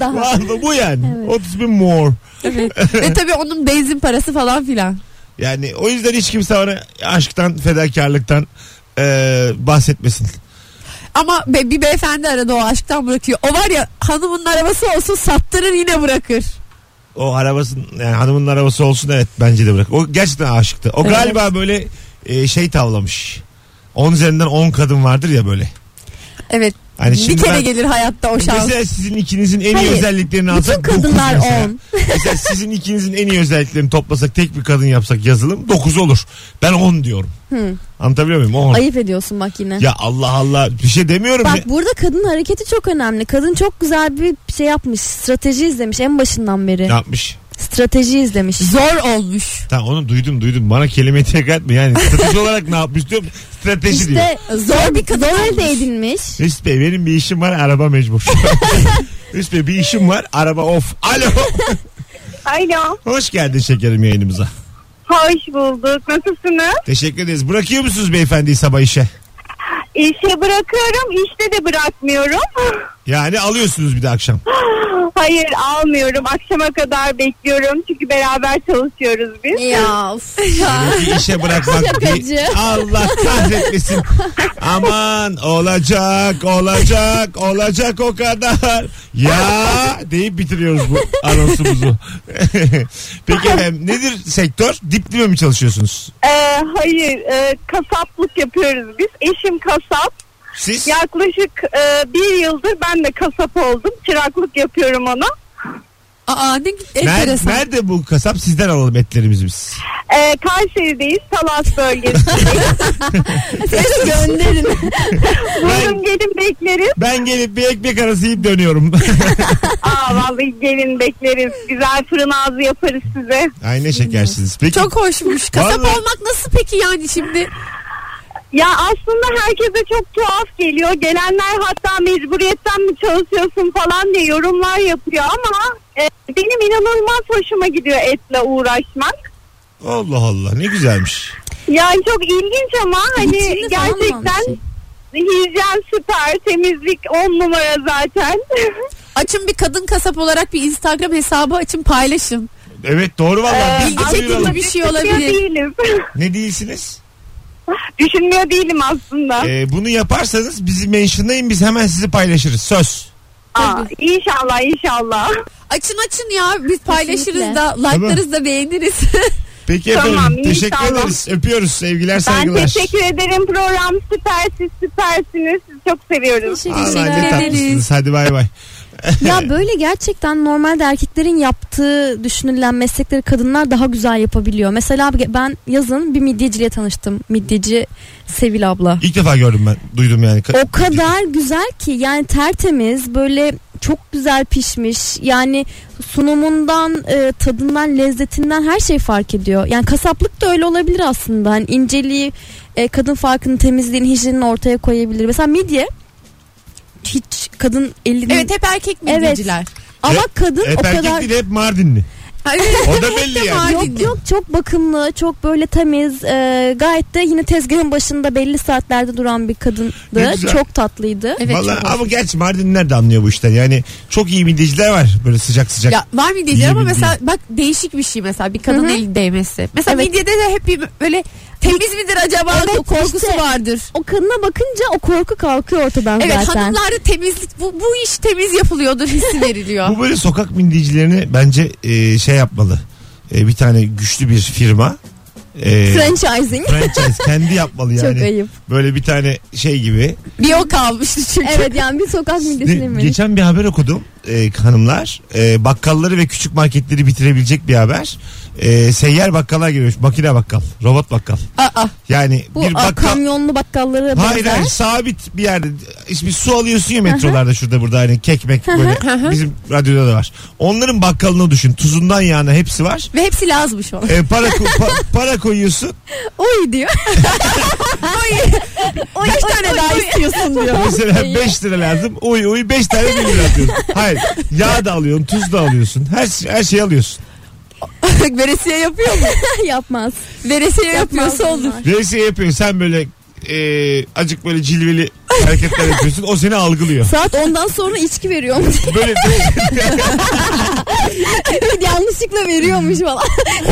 Speaker 4: Daha.
Speaker 2: Vallahi bu yani. 30 bin more.
Speaker 3: Evet. ve tabii onun benzin parası falan filan.
Speaker 2: Yani o yüzden hiç kimse bana aşktan, fedakarlıktan eee, bahsetmesin.
Speaker 3: Ama be- bir beyefendi aradı o aşktan bırakıyor. O var ya hanımın arabası olsun sattırır yine bırakır.
Speaker 2: O arabasın yani hanımın arabası olsun evet bence de bırak. O gerçekten aşıktı. O
Speaker 3: Evet.
Speaker 2: galiba böyle eee, şey tavlamış. 10 üzerinden 10 kadın vardır ya böyle.
Speaker 3: Evet.
Speaker 2: Hani
Speaker 3: bir
Speaker 2: şimdi
Speaker 3: kere
Speaker 2: ben-
Speaker 3: gelir hayatta o şans.
Speaker 2: Mesela sizin ikinizin en iyi
Speaker 4: Hayır.
Speaker 2: özelliklerini alsak
Speaker 4: Bütün
Speaker 2: dokuz
Speaker 4: kadınlar
Speaker 2: mesela.
Speaker 4: on.
Speaker 2: Mesela sizin ikinizin en iyi özelliklerini toplasak tek bir kadın yapsak yazılım 9 olur. Ben 10 diyorum.
Speaker 4: Hı.
Speaker 2: Anlatabiliyor muyum? 10.
Speaker 4: Ayıp ediyorsun bak yine.
Speaker 2: Ya Allah Allah bir şey demiyorum. ya.
Speaker 4: Bak burada kadın hareketi çok önemli. Kadın çok güzel bir şey yapmış. Strateji izlemiş en başından beri.
Speaker 2: Ne yapmış?
Speaker 4: Strateji izlemiş.
Speaker 3: Zor olmuş.
Speaker 2: Tamam onu duydum duydum. Bana kelimeyi tekrar etme. Yani strateji olarak ne yapmış diyorum. Strateji diyor.
Speaker 4: İşte zor bir kadın zor elde edilmiş.
Speaker 2: Mesut Bey benim bir işim var araba mecbur. Mesut Bey bir işim var araba off. Alo.
Speaker 8: Alo.
Speaker 2: Hoş geldin şekerim yayınımıza.
Speaker 8: Hoş bulduk. Nasılsınız?
Speaker 2: Teşekkür ederiz. Bırakıyor musunuz beyefendiyi sabah işe?
Speaker 8: İşe bırakıyorum. işte de bırakmıyorum.
Speaker 2: Yani alıyorsunuz bir de akşam.
Speaker 8: Hayır almıyorum. Akşama kadar bekliyorum. Çünkü beraber çalışıyoruz biz.
Speaker 4: Ya of.
Speaker 2: Bir işe bırakmak değil.
Speaker 4: Şakacı.
Speaker 2: Allah kahretmesin. Aman olacak olacak olacak o kadar. Ya deyip bitiriyoruz bu anonsumuzu. Peki efendim nedir sektör? Diplime mi çalışıyorsunuz?
Speaker 8: Ee, hayır. e, kasaplık yapıyoruz biz. Eşim kasap.
Speaker 2: Siz?
Speaker 8: Yaklaşık e, bir yıldır ben de kasap oldum. Çıraklık yapıyorum ona.
Speaker 3: Aa ne
Speaker 2: Nerede,
Speaker 3: enteresan.
Speaker 2: nerede bu kasap? Sizden alalım etlerimizi biz.
Speaker 9: Ee, Karşehir'deyiz. Talas bölgesi.
Speaker 4: Siz gönderin.
Speaker 9: Buyurun gelin bekleriz.
Speaker 2: Ben gelip bir ekmek arası yiyip dönüyorum.
Speaker 9: Aa vallahi gelin bekleriz. Güzel fırın ağzı yaparız size.
Speaker 2: Ay ne şekersiniz. Peki
Speaker 3: Çok hoşmuş. Kasap
Speaker 2: Vallahi-
Speaker 3: olmak nasıl peki yani şimdi?
Speaker 9: Ya aslında herkese çok tuhaf geliyor. Gelenler hatta mecburiyetten mi çalışıyorsun falan diye yorumlar yapıyor ama e, benim inanılmaz hoşuma gidiyor etle uğraşmak.
Speaker 2: Allah Allah ne güzelmiş.
Speaker 9: Yani çok ilginç ama hani
Speaker 4: İçinde falan mı
Speaker 9: gerçekten
Speaker 4: olmuş?
Speaker 9: hijyen süper, temizlik on numara zaten.
Speaker 3: Açın bir kadın kasap olarak bir Instagram hesabı açın paylaşın.
Speaker 2: Evet doğru valla.
Speaker 3: Ee,
Speaker 2: Biz de
Speaker 3: bilgi çekimi
Speaker 2: duyuralım.
Speaker 3: bir şey
Speaker 9: Düşünmüyor
Speaker 3: olabilir.
Speaker 9: değilim.
Speaker 2: Ne değilsiniz?
Speaker 9: Düşünmüyor değilim aslında.
Speaker 2: Ee, bunu yaparsanız bizi mentionlayın biz hemen sizi paylaşırız. Söz.
Speaker 9: Aa, inşallah inşallah.
Speaker 3: Açın açın ya biz paylaşırız
Speaker 4: Kesinlikle.
Speaker 3: da like'larız da beğeniriz.
Speaker 2: Peki
Speaker 9: Tamam,
Speaker 2: efendim teşekkür
Speaker 9: inşallah.
Speaker 2: ederiz. Öpüyoruz sevgiler
Speaker 9: Ben
Speaker 2: saygılar.
Speaker 9: teşekkür ederim. Program süper, siz süpersiniz. Sizi çok seviyorum.
Speaker 2: Allah
Speaker 3: Teşekkür
Speaker 2: ne
Speaker 3: ederiz.
Speaker 2: tatlısınız. Hadi bay bay.
Speaker 4: ya böyle gerçekten normalde erkeklerin yaptığı düşünülen meslekleri kadınlar daha güzel yapabiliyor. Mesela ben yazın bir midyeciyle tanıştım. Midyeci Sevil abla.
Speaker 2: İlk defa gördüm ben. Duydum yani.
Speaker 4: O kadar güzel ki yani tertemiz böyle çok güzel pişmiş yani sunumundan e, tadından lezzetinden her şey fark ediyor. Yani kasaplık da öyle olabilir aslında hani inceliği e, kadın farkını temizliğini hijyenini ortaya koyabilir. Mesela midye hiç kadın elini
Speaker 3: evet hep erkek
Speaker 4: Evet.
Speaker 3: midyeciler.
Speaker 4: ama
Speaker 2: Hep-
Speaker 4: kadın
Speaker 2: Hep
Speaker 4: o
Speaker 2: erkek
Speaker 4: kadar
Speaker 2: değil hep Mardinli.
Speaker 3: Evet.
Speaker 2: O da belli yani.
Speaker 4: Yok yok çok bakımlı, çok böyle temiz, e, gayet de yine tezgahın başında belli saatlerde duran bir
Speaker 2: Ne
Speaker 4: kadındı.
Speaker 2: güzel.
Speaker 4: Çok tatlıydı.
Speaker 3: Evet,
Speaker 2: Vallahi
Speaker 3: çok
Speaker 2: ama gerçi Mardinliler de anlıyor bu işten. Yani çok iyi midyeciler var böyle sıcak sıcak.
Speaker 3: Ya var midyeciler ama
Speaker 2: Yiyebildiğin.
Speaker 3: mesela bak değişik bir şey mesela bir kadın
Speaker 4: Hı hı.
Speaker 3: eli değmesi. Mesela
Speaker 4: Evet.
Speaker 3: midyede de hep bir böyle temiz midir acaba
Speaker 4: Evet,
Speaker 3: o korkusu
Speaker 4: işte.
Speaker 3: vardır.
Speaker 4: O kadına bakınca o korku kalkıyor ortadan
Speaker 3: Evet
Speaker 4: zaten.
Speaker 3: hanımlarda temizlik bu, bu iş temiz yapılıyordur hissi veriliyor.
Speaker 2: Bu böyle sokak midyecilerini bence e, şey yapmalı. E, bir tane güçlü bir firma. E,
Speaker 4: Franchising.
Speaker 2: franchise kendi yapmalı yani.
Speaker 4: Ee, Çok ayıp.
Speaker 2: Böyle bir tane şey gibi.
Speaker 3: bir o kalmıştı çünkü.
Speaker 4: Evet yani bir sokak midesine
Speaker 2: Ne-
Speaker 4: mi?
Speaker 2: geçen bir haber okudum e, hanımlar. E, bakkalları ve küçük marketleri bitirebilecek bir haber. E, seyyar bakkala giriyormuş. Makine bakkal, robot bakkal.
Speaker 3: Aa,
Speaker 2: Yani
Speaker 4: Bu
Speaker 2: bir
Speaker 4: a,
Speaker 2: bakkal
Speaker 4: kamyonlu bakkallara
Speaker 2: Hayır
Speaker 4: benzer.
Speaker 2: hayır sabit bir yerde. İşte bir su alıyorsun ya metrolarda şurada burada hani kekmek böyle. Bizim radyoda da var. Onların bakkalını düşün. Tuzundan yağına hepsi var.
Speaker 3: ve hepsi lazmış ona.
Speaker 2: E, para, ko- pa- para koyuyorsun.
Speaker 4: Oy diyor. oy.
Speaker 3: Kaç tane daha istiyorsun diyor.
Speaker 2: Mesela 5 lira lazım. Uy uy 5 tane 1 lira atıyorsun. Hayır. Yağ da alıyorsun. Tuz da alıyorsun. Her, her şeyi alıyorsun.
Speaker 3: Veresiye yapıyor mu?
Speaker 4: Yapmaz.
Speaker 3: Veresiye
Speaker 4: Yapmaz
Speaker 3: yapıyorsa olur.
Speaker 4: bunlar.
Speaker 2: Neyse yapıyorsun. Sen böyle e, acık böyle cilveli hareketler yapıyorsun. O seni algılıyor.
Speaker 4: Saat ondan sonra içki veriyormuş.
Speaker 2: Böyle şey-
Speaker 4: Yanlışlıkla veriyormuş falan.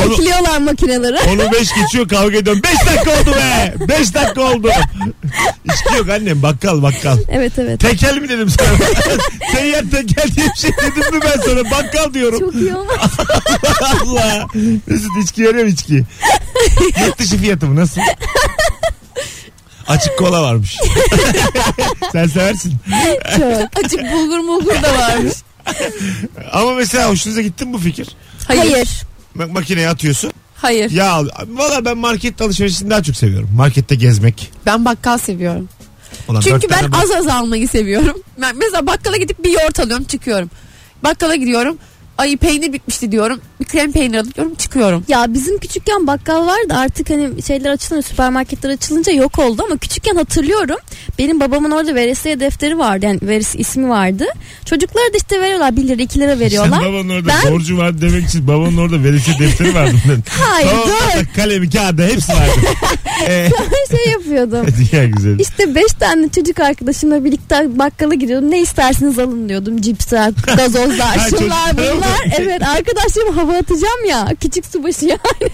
Speaker 2: Onu-
Speaker 4: Ekliyorlar makinelere.
Speaker 2: Onu 5 geçiyor kavga ediyorum. 5 dakika oldu be. 5 dakika oldu. İçki yok annem bakkal bakkal.
Speaker 4: Evet evet.
Speaker 2: Tekel mi dedim sana? Seyyar tekel diye bir şey dedim mi ben sana? Bakkal diyorum.
Speaker 4: Çok iyi olmaz.
Speaker 2: Allah. Mesut içki yarıyor mu içki. Yurt dışı fiyatı mı nasıl? Açık kola varmış. Sen seversin.
Speaker 4: Çok.
Speaker 3: Acık bulgur mulgur da varmış.
Speaker 2: Ama mesela hoşunuza gitti mi bu fikir?
Speaker 3: Hayır. Hayır.
Speaker 4: Hayır.
Speaker 2: Bak makineye atıyorsun. Ya al- valla ben markette alışverişini daha çok seviyorum. Markette gezmek.
Speaker 3: Ben bakkal seviyorum.
Speaker 2: Ulan dört
Speaker 3: Çünkü ben
Speaker 2: tane bak-
Speaker 3: az az almayı seviyorum. Ben mesela bakkala gidip bir yoğurt alıyorum çıkıyorum. Bakkala gidiyorum. Ay peynir bitmişti diyorum. Bir krem peynir alıyorum çıkıyorum.
Speaker 4: Ya bizim küçükken bakkal vardı artık hani şeyler açılınca süpermarketler açılınca yok oldu ama küçükken hatırlıyorum benim babamın orada veresiye defteri vardı yani veresi ismi vardı. Çocuklara da işte veriyorlar 1 lira 2 lira
Speaker 2: Sen
Speaker 4: veriyorlar.
Speaker 2: babanın orada
Speaker 4: Ben-
Speaker 2: borcu var demek için babanın orada verisi defteri vardı.
Speaker 4: Hayır dur
Speaker 2: Kalemi kağıdı hepsi vardı. ee,
Speaker 4: şey yapıyordum.
Speaker 2: diğer güzel.
Speaker 4: İşte 5 tane çocuk arkadaşımla birlikte bakkala giriyordum. Ne isterseniz alın diyordum. Cipsler, gazozlar,
Speaker 2: Ha,
Speaker 4: şunlar
Speaker 2: çocuklara mı?
Speaker 4: bunlar. Evet arkadaşlarım hava atacağım ya. Küçük subaşı yani.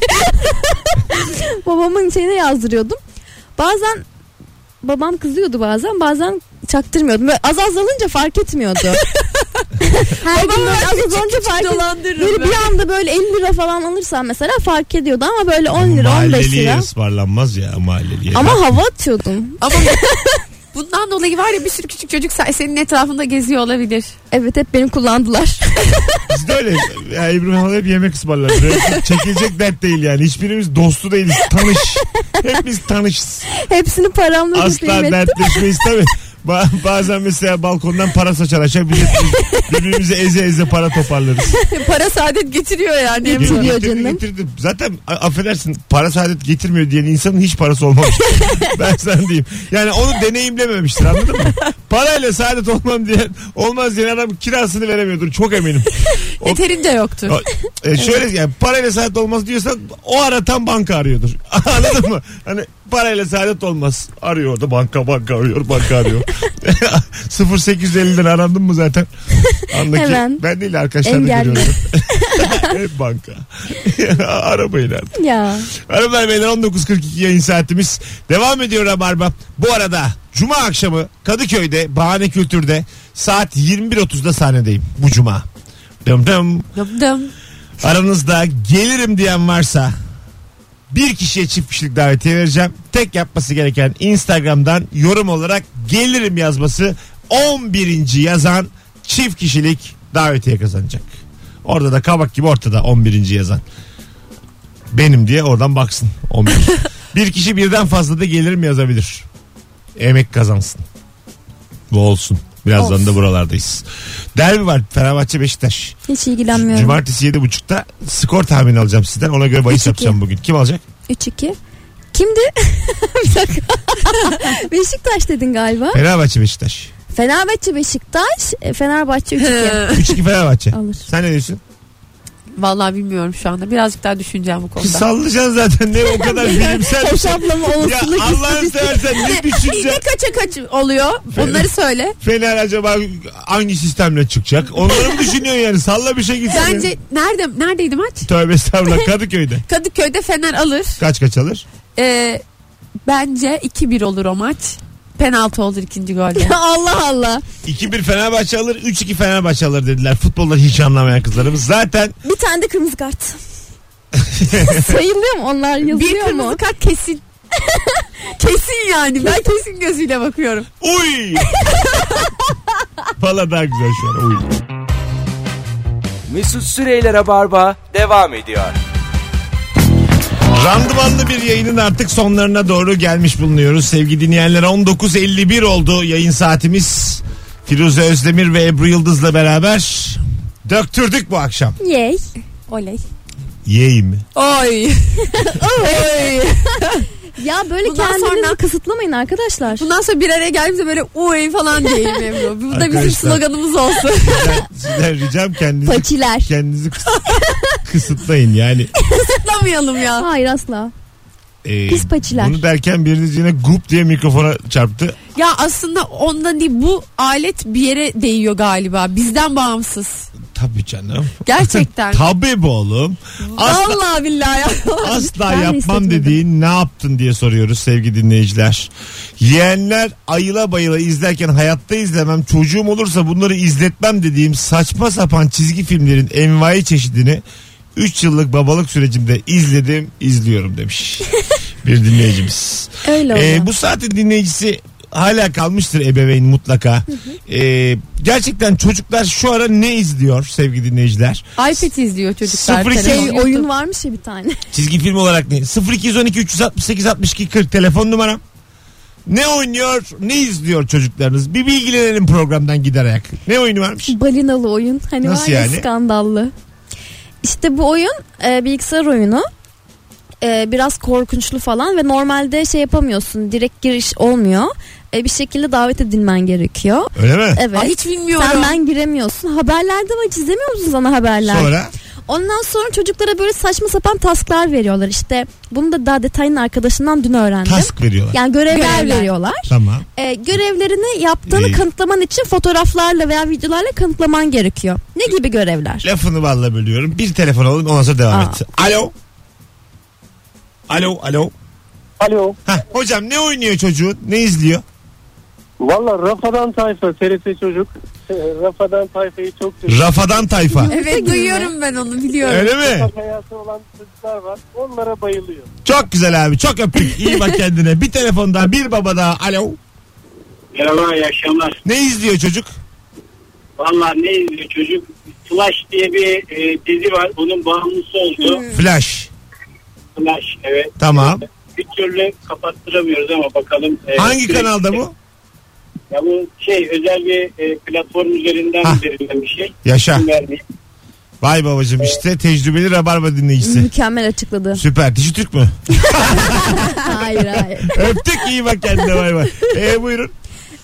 Speaker 4: Babamın şeyine yazdırıyordum. Bazen babam kızıyordu bazen bazen çaktırmıyordum. Böyle az az alınca fark etmiyordu. Her gün böyle az az alınca fark etmiyordu. Böyle
Speaker 3: Dolandırırım.
Speaker 4: bir anda böyle 50 lira falan alırsam mesela fark ediyordu ama böyle 10 lira 15
Speaker 2: Mahalleliye
Speaker 4: lira.
Speaker 2: ısmarlanmaz ya mahalleliye.
Speaker 4: Ama hava atıyordum.
Speaker 3: Ama Bundan dolayı var ya bir sürü küçük çocuk sen- senin etrafında geziyor olabilir.
Speaker 4: Evet hep benim kullandılar.
Speaker 2: Biz de öyle. Ya İbrahim Hanım hep yemek ısmarlar. Böyle şey Çekilecek dert değil yani. Hiçbirimiz dostu değiliz. Tanış. Hepimiz tanışız.
Speaker 4: Hepsini paramla
Speaker 2: Asla
Speaker 4: ödeyeyim ettim.
Speaker 2: dertleşmeyiz tabii. Ba- bazen mesela balkondan para saçar aşağı biz de birbirimize eze eze para toparlarız.
Speaker 3: Para saadet getiriyor yani.
Speaker 4: Getiriyor.
Speaker 2: Getirdim,
Speaker 4: canım.
Speaker 2: getirdim. Zaten a- affedersin para saadet getirmiyor diyen insanın hiç parası olmamış. ben sana diyeyim. Yani onu deneyimlememiştir anladın mı? Parayla saadet olmam diyen olmaz diyen adam kirasını veremiyordur çok eminim. O-
Speaker 3: Yeterince yoktu.
Speaker 2: O- e, şöyle yani parayla saadet olmaz diyorsan o ara tam banka arıyordur. Anladın mı? Hani parayla saadet olmaz. Arıyor orada banka banka arıyor banka arıyor. 0850'den arandın mı zaten? Andaki,
Speaker 4: Hemen.
Speaker 2: Ben değil arkadaşlar da
Speaker 4: Engelli.
Speaker 2: görüyorum. Hep banka. Arabayın artık.
Speaker 4: Ya.
Speaker 2: Hanımlar beyler 19.42 yayın saatimiz devam ediyor Rabarba. Bu arada Cuma akşamı Kadıköy'de Bahane Kültür'de saat 21.30'da sahnedeyim bu Cuma. Dım dım.
Speaker 3: Dım dım.
Speaker 2: Aranızda gelirim diyen varsa bir kişiye çift kişilik davetiye vereceğim. Tek yapması gereken Instagram'dan yorum olarak gelirim yazması 11. yazan çift kişilik davetiye kazanacak. Orada da kabak gibi ortada 11. yazan. Benim diye oradan baksın 11. bir kişi birden fazla da gelirim yazabilir. Emek kazansın. Bu olsun. Birazdan da buralardayız. Derbi var Fenerbahçe Beşiktaş.
Speaker 4: Hiç ilgilenmiyorum.
Speaker 2: Cumartesi yedi buçukta skor tahmini alacağım sizden. Ona göre bahis
Speaker 4: Üç iki.
Speaker 2: yapacağım bugün. Kim alacak?
Speaker 4: 3-2. Kimdi? Bir dakika. Beşiktaş dedin galiba.
Speaker 2: Fenerbahçe Beşiktaş.
Speaker 4: Fenerbahçe Beşiktaş. e, Fenerbahçe 3-2.
Speaker 2: 3-2 Fenerbahçe.
Speaker 4: Alır.
Speaker 2: Sen ne diyorsun?
Speaker 3: Vallahi bilmiyorum şu anda. Birazcık daha düşüneceğim bu
Speaker 2: Siz
Speaker 3: konuda.
Speaker 2: sallayacaksın zaten. Ne o kadar bilimsel. şey.
Speaker 4: Hesaplama
Speaker 2: ya
Speaker 4: olasılık
Speaker 2: Allah'ını seversen ne
Speaker 3: Ne
Speaker 2: düşüneceksin?
Speaker 3: kaça kaç oluyor? Bunları söyle.
Speaker 2: Fener acaba hangi sistemle çıkacak? Onları mı düşünüyorsun yani? Salla bir şey gitsin.
Speaker 3: Bence nerede neredeydi maç?
Speaker 2: Tövbe estağfurullah Kadıköy'de.
Speaker 3: Kadıköy'de Fener alır.
Speaker 2: Kaç kaç alır?
Speaker 3: Ee, bence 2-1 olur o maç. Penaltı olur ikinci golde.
Speaker 4: Allah Allah.
Speaker 2: 2-1 Fenerbahçe alır, 3-2 Fenerbahçe alır dediler. Futbolda hiç anlamayan kızlarımız. Zaten
Speaker 4: Bir tane de kırmızı kart. Sayılıyor mu onlar yazılıyor
Speaker 3: bir kırmızı
Speaker 4: mu?
Speaker 3: kart kesin. kesin yani. Ben kesin gözüyle bakıyorum.
Speaker 2: uy! Valla daha güzel şu an uy.
Speaker 1: Mesut Süreyler'e barba devam ediyor.
Speaker 2: Randımanlı bir yayının artık sonlarına doğru gelmiş bulunuyoruz. Sevgili dinleyenler 19.51 oldu yayın saatimiz. Firuze Özdemir ve Ebru Yıldız'la beraber döktürdük bu akşam.
Speaker 4: Yay.
Speaker 3: Oley.
Speaker 2: Yey mi?
Speaker 3: Oy. Oy.
Speaker 4: Ya böyle
Speaker 3: Bundan
Speaker 4: kendinizi
Speaker 3: sonra-
Speaker 4: kısıtlamayın arkadaşlar.
Speaker 3: Bundan sonra bir araya geldiğimizde böyle uy falan diyeyim Ebru. Bu da bizim
Speaker 2: Arkadaşlar.
Speaker 3: sloganımız olsun.
Speaker 2: Sizden, sizden ricam kendinizi,
Speaker 4: Paçiler.
Speaker 2: kendinizi kıs- kısıtlayın yani.
Speaker 3: Kutlamayalım ya.
Speaker 4: Hayır asla.
Speaker 2: Ee,
Speaker 4: Pis paçiler.
Speaker 2: Bunu derken biriniz yine gup diye mikrofona çarptı.
Speaker 3: Ya aslında ondan değil bu alet bir yere değiyor galiba. Bizden bağımsız.
Speaker 2: Tabii canım.
Speaker 3: Gerçekten.
Speaker 2: Tabii bu oğlum. Asla,
Speaker 3: Vallahi billahi ya.
Speaker 2: Asla
Speaker 4: Ben de
Speaker 2: yapmam
Speaker 4: hissetmedim.
Speaker 2: dediğin ne yaptın diye soruyoruz sevgili dinleyiciler. Yeğenler ayıla bayıla izlerken hayatta izlemem çocuğum olursa bunları izletmem dediğim saçma sapan çizgi filmlerin envai çeşidini 3 yıllık babalık sürecimde izledim izliyorum demiş bir dinleyicimiz.
Speaker 4: Öyle
Speaker 2: Ee,
Speaker 4: oluyor.
Speaker 2: bu saatin dinleyicisi hala kalmıştır ebeveyn mutlaka. Ee, gerçekten çocuklar şu ara ne izliyor sevgili dinleyiciler?
Speaker 3: iPad izliyor çocuklar.
Speaker 2: Sıfır iki-
Speaker 3: telefon,
Speaker 4: Şey,
Speaker 3: YouTube.
Speaker 4: oyun varmış ya bir tane.
Speaker 2: Çizgi film olarak ne? 0212 368 62 40 telefon numaram. Ne oynuyor, ne izliyor çocuklarınız? Bir bilgilenelim programdan giderek. Ne oyunu varmış?
Speaker 4: Balinalı oyun. Hani
Speaker 2: Nasıl
Speaker 4: var ya
Speaker 2: yani?
Speaker 4: skandallı. İşte bu oyun e, bilgisayar oyunu. E, biraz korkunçlu falan ve normalde şey yapamıyorsun. Direkt giriş olmuyor. E, bir şekilde davet edilmen gerekiyor.
Speaker 2: Öyle mi?
Speaker 4: Evet.
Speaker 3: Ay hiç bilmiyorum.
Speaker 4: sen ben giremiyorsun. Haberlerde var izlemiyor musun sana haberler?
Speaker 2: Sonra
Speaker 4: Ondan sonra çocuklara böyle saçma sapan tasklar veriyorlar. İşte bunu da daha detayın arkadaşından dün öğrendim.
Speaker 2: task veriyorlar.
Speaker 4: Yani görevler,
Speaker 3: Görevler.
Speaker 4: veriyorlar.
Speaker 2: Tamam.
Speaker 4: Ee, görevlerini yaptığını
Speaker 2: Ee,
Speaker 4: kanıtlaman için fotoğraflarla veya videolarla kanıtlaman gerekiyor. Ne gibi görevler?
Speaker 2: Lafını valla bölüyorum. Bir telefon alalım ondan sonra devam
Speaker 4: Aa.
Speaker 2: et. Alo. Alo, alo.
Speaker 7: Alo.
Speaker 2: Hah, hocam ne oynuyor çocuğun? Ne izliyor?
Speaker 7: Valla Rafa'dan Tayfa TRT Çocuk. Rafa'dan Tayfa'yı çok seviyorum.
Speaker 2: Rafadan tayfa.
Speaker 3: Evet duyuyorum ben onu biliyorum.
Speaker 2: Öyle mi?
Speaker 7: Kafayası olan çocuklar var. Onlara bayılıyor.
Speaker 2: Çok güzel abi. Çok öptük. İyi bak kendine. Bir telefon daha, bir baba daha. Alo.
Speaker 5: Merhaba iyi akşamlar.
Speaker 2: Ne izliyor çocuk?
Speaker 5: Valla ne izliyor çocuk? Flash diye bir e, dizi var. Bunun bağımlısı oldu.
Speaker 2: Flash.
Speaker 5: Flash evet.
Speaker 2: Tamam.
Speaker 5: Ee, Bir türlü kapattıramıyoruz ama bakalım. e,
Speaker 2: Hangi
Speaker 5: sürekli-
Speaker 2: kanalda bu?
Speaker 5: Ya bu şey özel bir e, platform üzerinden
Speaker 2: Hah.
Speaker 5: verilen bir şey.
Speaker 2: Yaşa.
Speaker 5: İsim vermeyeyim.
Speaker 2: Vay babacım işte tecrübeli rabarba dinleyicisi.
Speaker 4: Mükemmel açıkladı.
Speaker 2: Süper. Dişi Türk mü?
Speaker 4: hayır hayır.
Speaker 2: Öptük iyi bak kendine bay bay. Ee buyurun.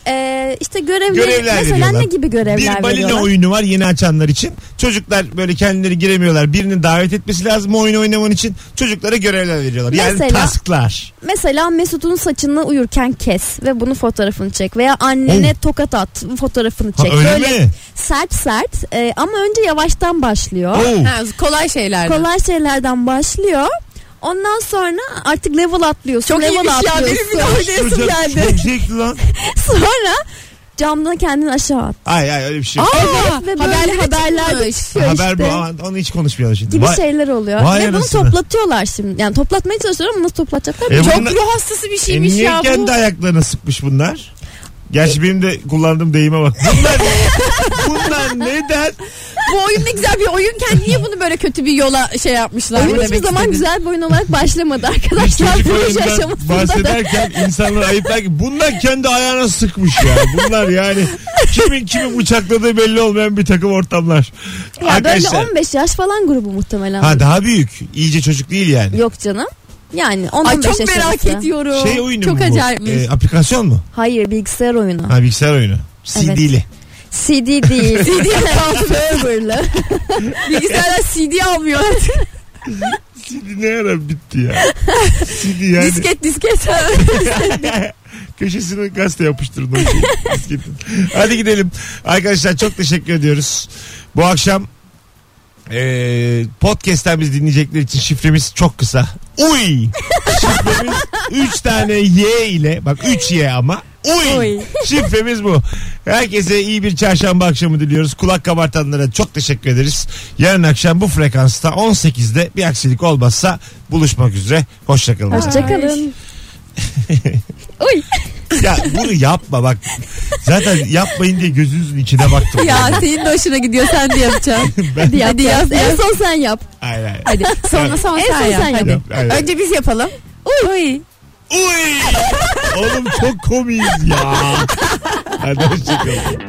Speaker 4: Ee, işte görevler,
Speaker 2: Görevler
Speaker 4: mesela
Speaker 2: veriyorlar.
Speaker 4: ne gibi görevler
Speaker 2: bir balina
Speaker 4: veriyorlar?
Speaker 2: oyunu var yeni açanlar için. Çocuklar böyle kendileri giremiyorlar. Birini davet etmesi lazım o oyunu oynaman için. Çocuklara görevler veriyorlar. Yani
Speaker 4: Mesela-
Speaker 2: tasklar.
Speaker 4: Mesela Mesut'un saçını uyurken kes ve bunun fotoğrafını çek veya annene tokat at fotoğrafını
Speaker 2: Oh. Ha,
Speaker 4: çek.
Speaker 2: öyle
Speaker 4: Böyle
Speaker 2: mi?
Speaker 4: sert sert e, ama önce yavaştan başlıyor.
Speaker 2: Oo.
Speaker 3: Ha, kolay şeyler.
Speaker 4: Kolay şeylerden başlıyor. Ondan sonra artık level atlıyorsun.
Speaker 3: Çok
Speaker 4: level
Speaker 2: şey
Speaker 3: iyiymiş ya,
Speaker 4: atlıyorsun.
Speaker 3: benim bile oynayasım
Speaker 2: Çocuk
Speaker 4: geldi.
Speaker 2: Çok zevkli lan.
Speaker 4: sonra camdan kendini aşağı at.
Speaker 2: Ay ay öyle bir şey. yok.
Speaker 4: Evet ve böyle
Speaker 3: haberlere
Speaker 4: haberler de
Speaker 3: çıkmış.
Speaker 4: çıkıyor
Speaker 2: Haber
Speaker 4: işte.
Speaker 2: bu ama onu hiç konuşmayalım şimdi.
Speaker 4: gibi şey.
Speaker 2: Vay-
Speaker 4: şeyler oluyor.
Speaker 2: vay
Speaker 4: ve bunu
Speaker 2: anasını.
Speaker 4: toplatıyorlar şimdi. Yani toplatmaya çalışıyorlar ama nasıl toplatacaklar?
Speaker 2: E,
Speaker 4: bilmiyorum.
Speaker 3: Çok
Speaker 2: bunlar-
Speaker 3: ruh hastası bir
Speaker 2: E
Speaker 3: şeymiş
Speaker 2: niye
Speaker 3: ya bu.
Speaker 2: kendi ayaklarına sıkmış bunlar? Gerçi benim de kullandığım deyime bak. Bunlar, bunlar neden?
Speaker 3: Bu oyun ne güzel bir oyunken niye bunu böyle kötü bir yola şey yapmışlar?
Speaker 4: Oyun
Speaker 3: bu
Speaker 4: hiçbir
Speaker 3: demek
Speaker 4: zaman
Speaker 3: istedim.
Speaker 4: güzel bir oyun olarak başlamadı
Speaker 2: Biz
Speaker 4: arkadaşlar.
Speaker 2: çocuk
Speaker 4: Proje
Speaker 2: oyundan
Speaker 4: aşamasında da.
Speaker 2: bahsederken insanlar ayıplar ki bunlar kendi ayağına sıkmış ya. Bunlar yani kimin kimin bıçakladığı belli olmayan bir takım ortamlar.
Speaker 4: Ya böyle 15 yaş falan grubu muhtemelen.
Speaker 2: Ha daha büyük. İyice çocuk değil yani.
Speaker 4: Yok canım. Yani 10
Speaker 3: Ay
Speaker 4: 15
Speaker 3: çok
Speaker 4: yaş
Speaker 3: merak
Speaker 4: arası.
Speaker 3: ediyorum.
Speaker 2: Şey oyunu
Speaker 3: çok
Speaker 2: mu bu?
Speaker 3: acayipmiş.
Speaker 2: Ee, aplikasyon mu?
Speaker 4: Hayır bilgisayar oyunu.
Speaker 2: Ha bilgisayar oyunu.
Speaker 4: Evet.
Speaker 2: CD'li.
Speaker 4: CD değil. CD serverlı.
Speaker 3: Bilgisayarlar CD almıyor.
Speaker 2: CD ne ara bitti ya. CD yani.
Speaker 3: disket disket.
Speaker 2: Köşesine gazete yapıştırın. o şeyi. Disketin. Hadi gidelim. Arkadaşlar çok teşekkür ediyoruz. Bu akşam eee podcast'ten biz dinleyecekler için şifremiz çok kısa. Uy! Şifremiz 3 tane Y ile bak 3 Y ama Uy.
Speaker 3: Uy.
Speaker 2: Şifremiz bu. Herkese iyi bir çarşamba akşamı diliyoruz. Kulak kabartanlara çok teşekkür ederiz. Yarın akşam bu frekansta 18'de bir aksilik olmazsa buluşmak üzere. Hoşçakalın.
Speaker 4: Hoşçakalın. Uy.
Speaker 2: Ya bunu yapma bak. Zaten yapmayın diye gözünüzün içine baktım.
Speaker 3: ya senin de hoşuna gidiyor sen de yapacaksın. Hadi yap. Hadi yap.
Speaker 4: En son sen yap.
Speaker 2: Hayır hayır.
Speaker 3: Hadi. Sonra son
Speaker 4: En son
Speaker 3: sen yap.
Speaker 4: sen
Speaker 3: Hadi.
Speaker 2: yap. Aynen.
Speaker 3: Önce biz yapalım. Uy.
Speaker 2: Uy! Oğlum çok komiyiz ya. Hadi hoşçakalın.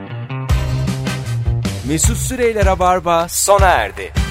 Speaker 1: Mesut Süreyler'e barba sona erdi.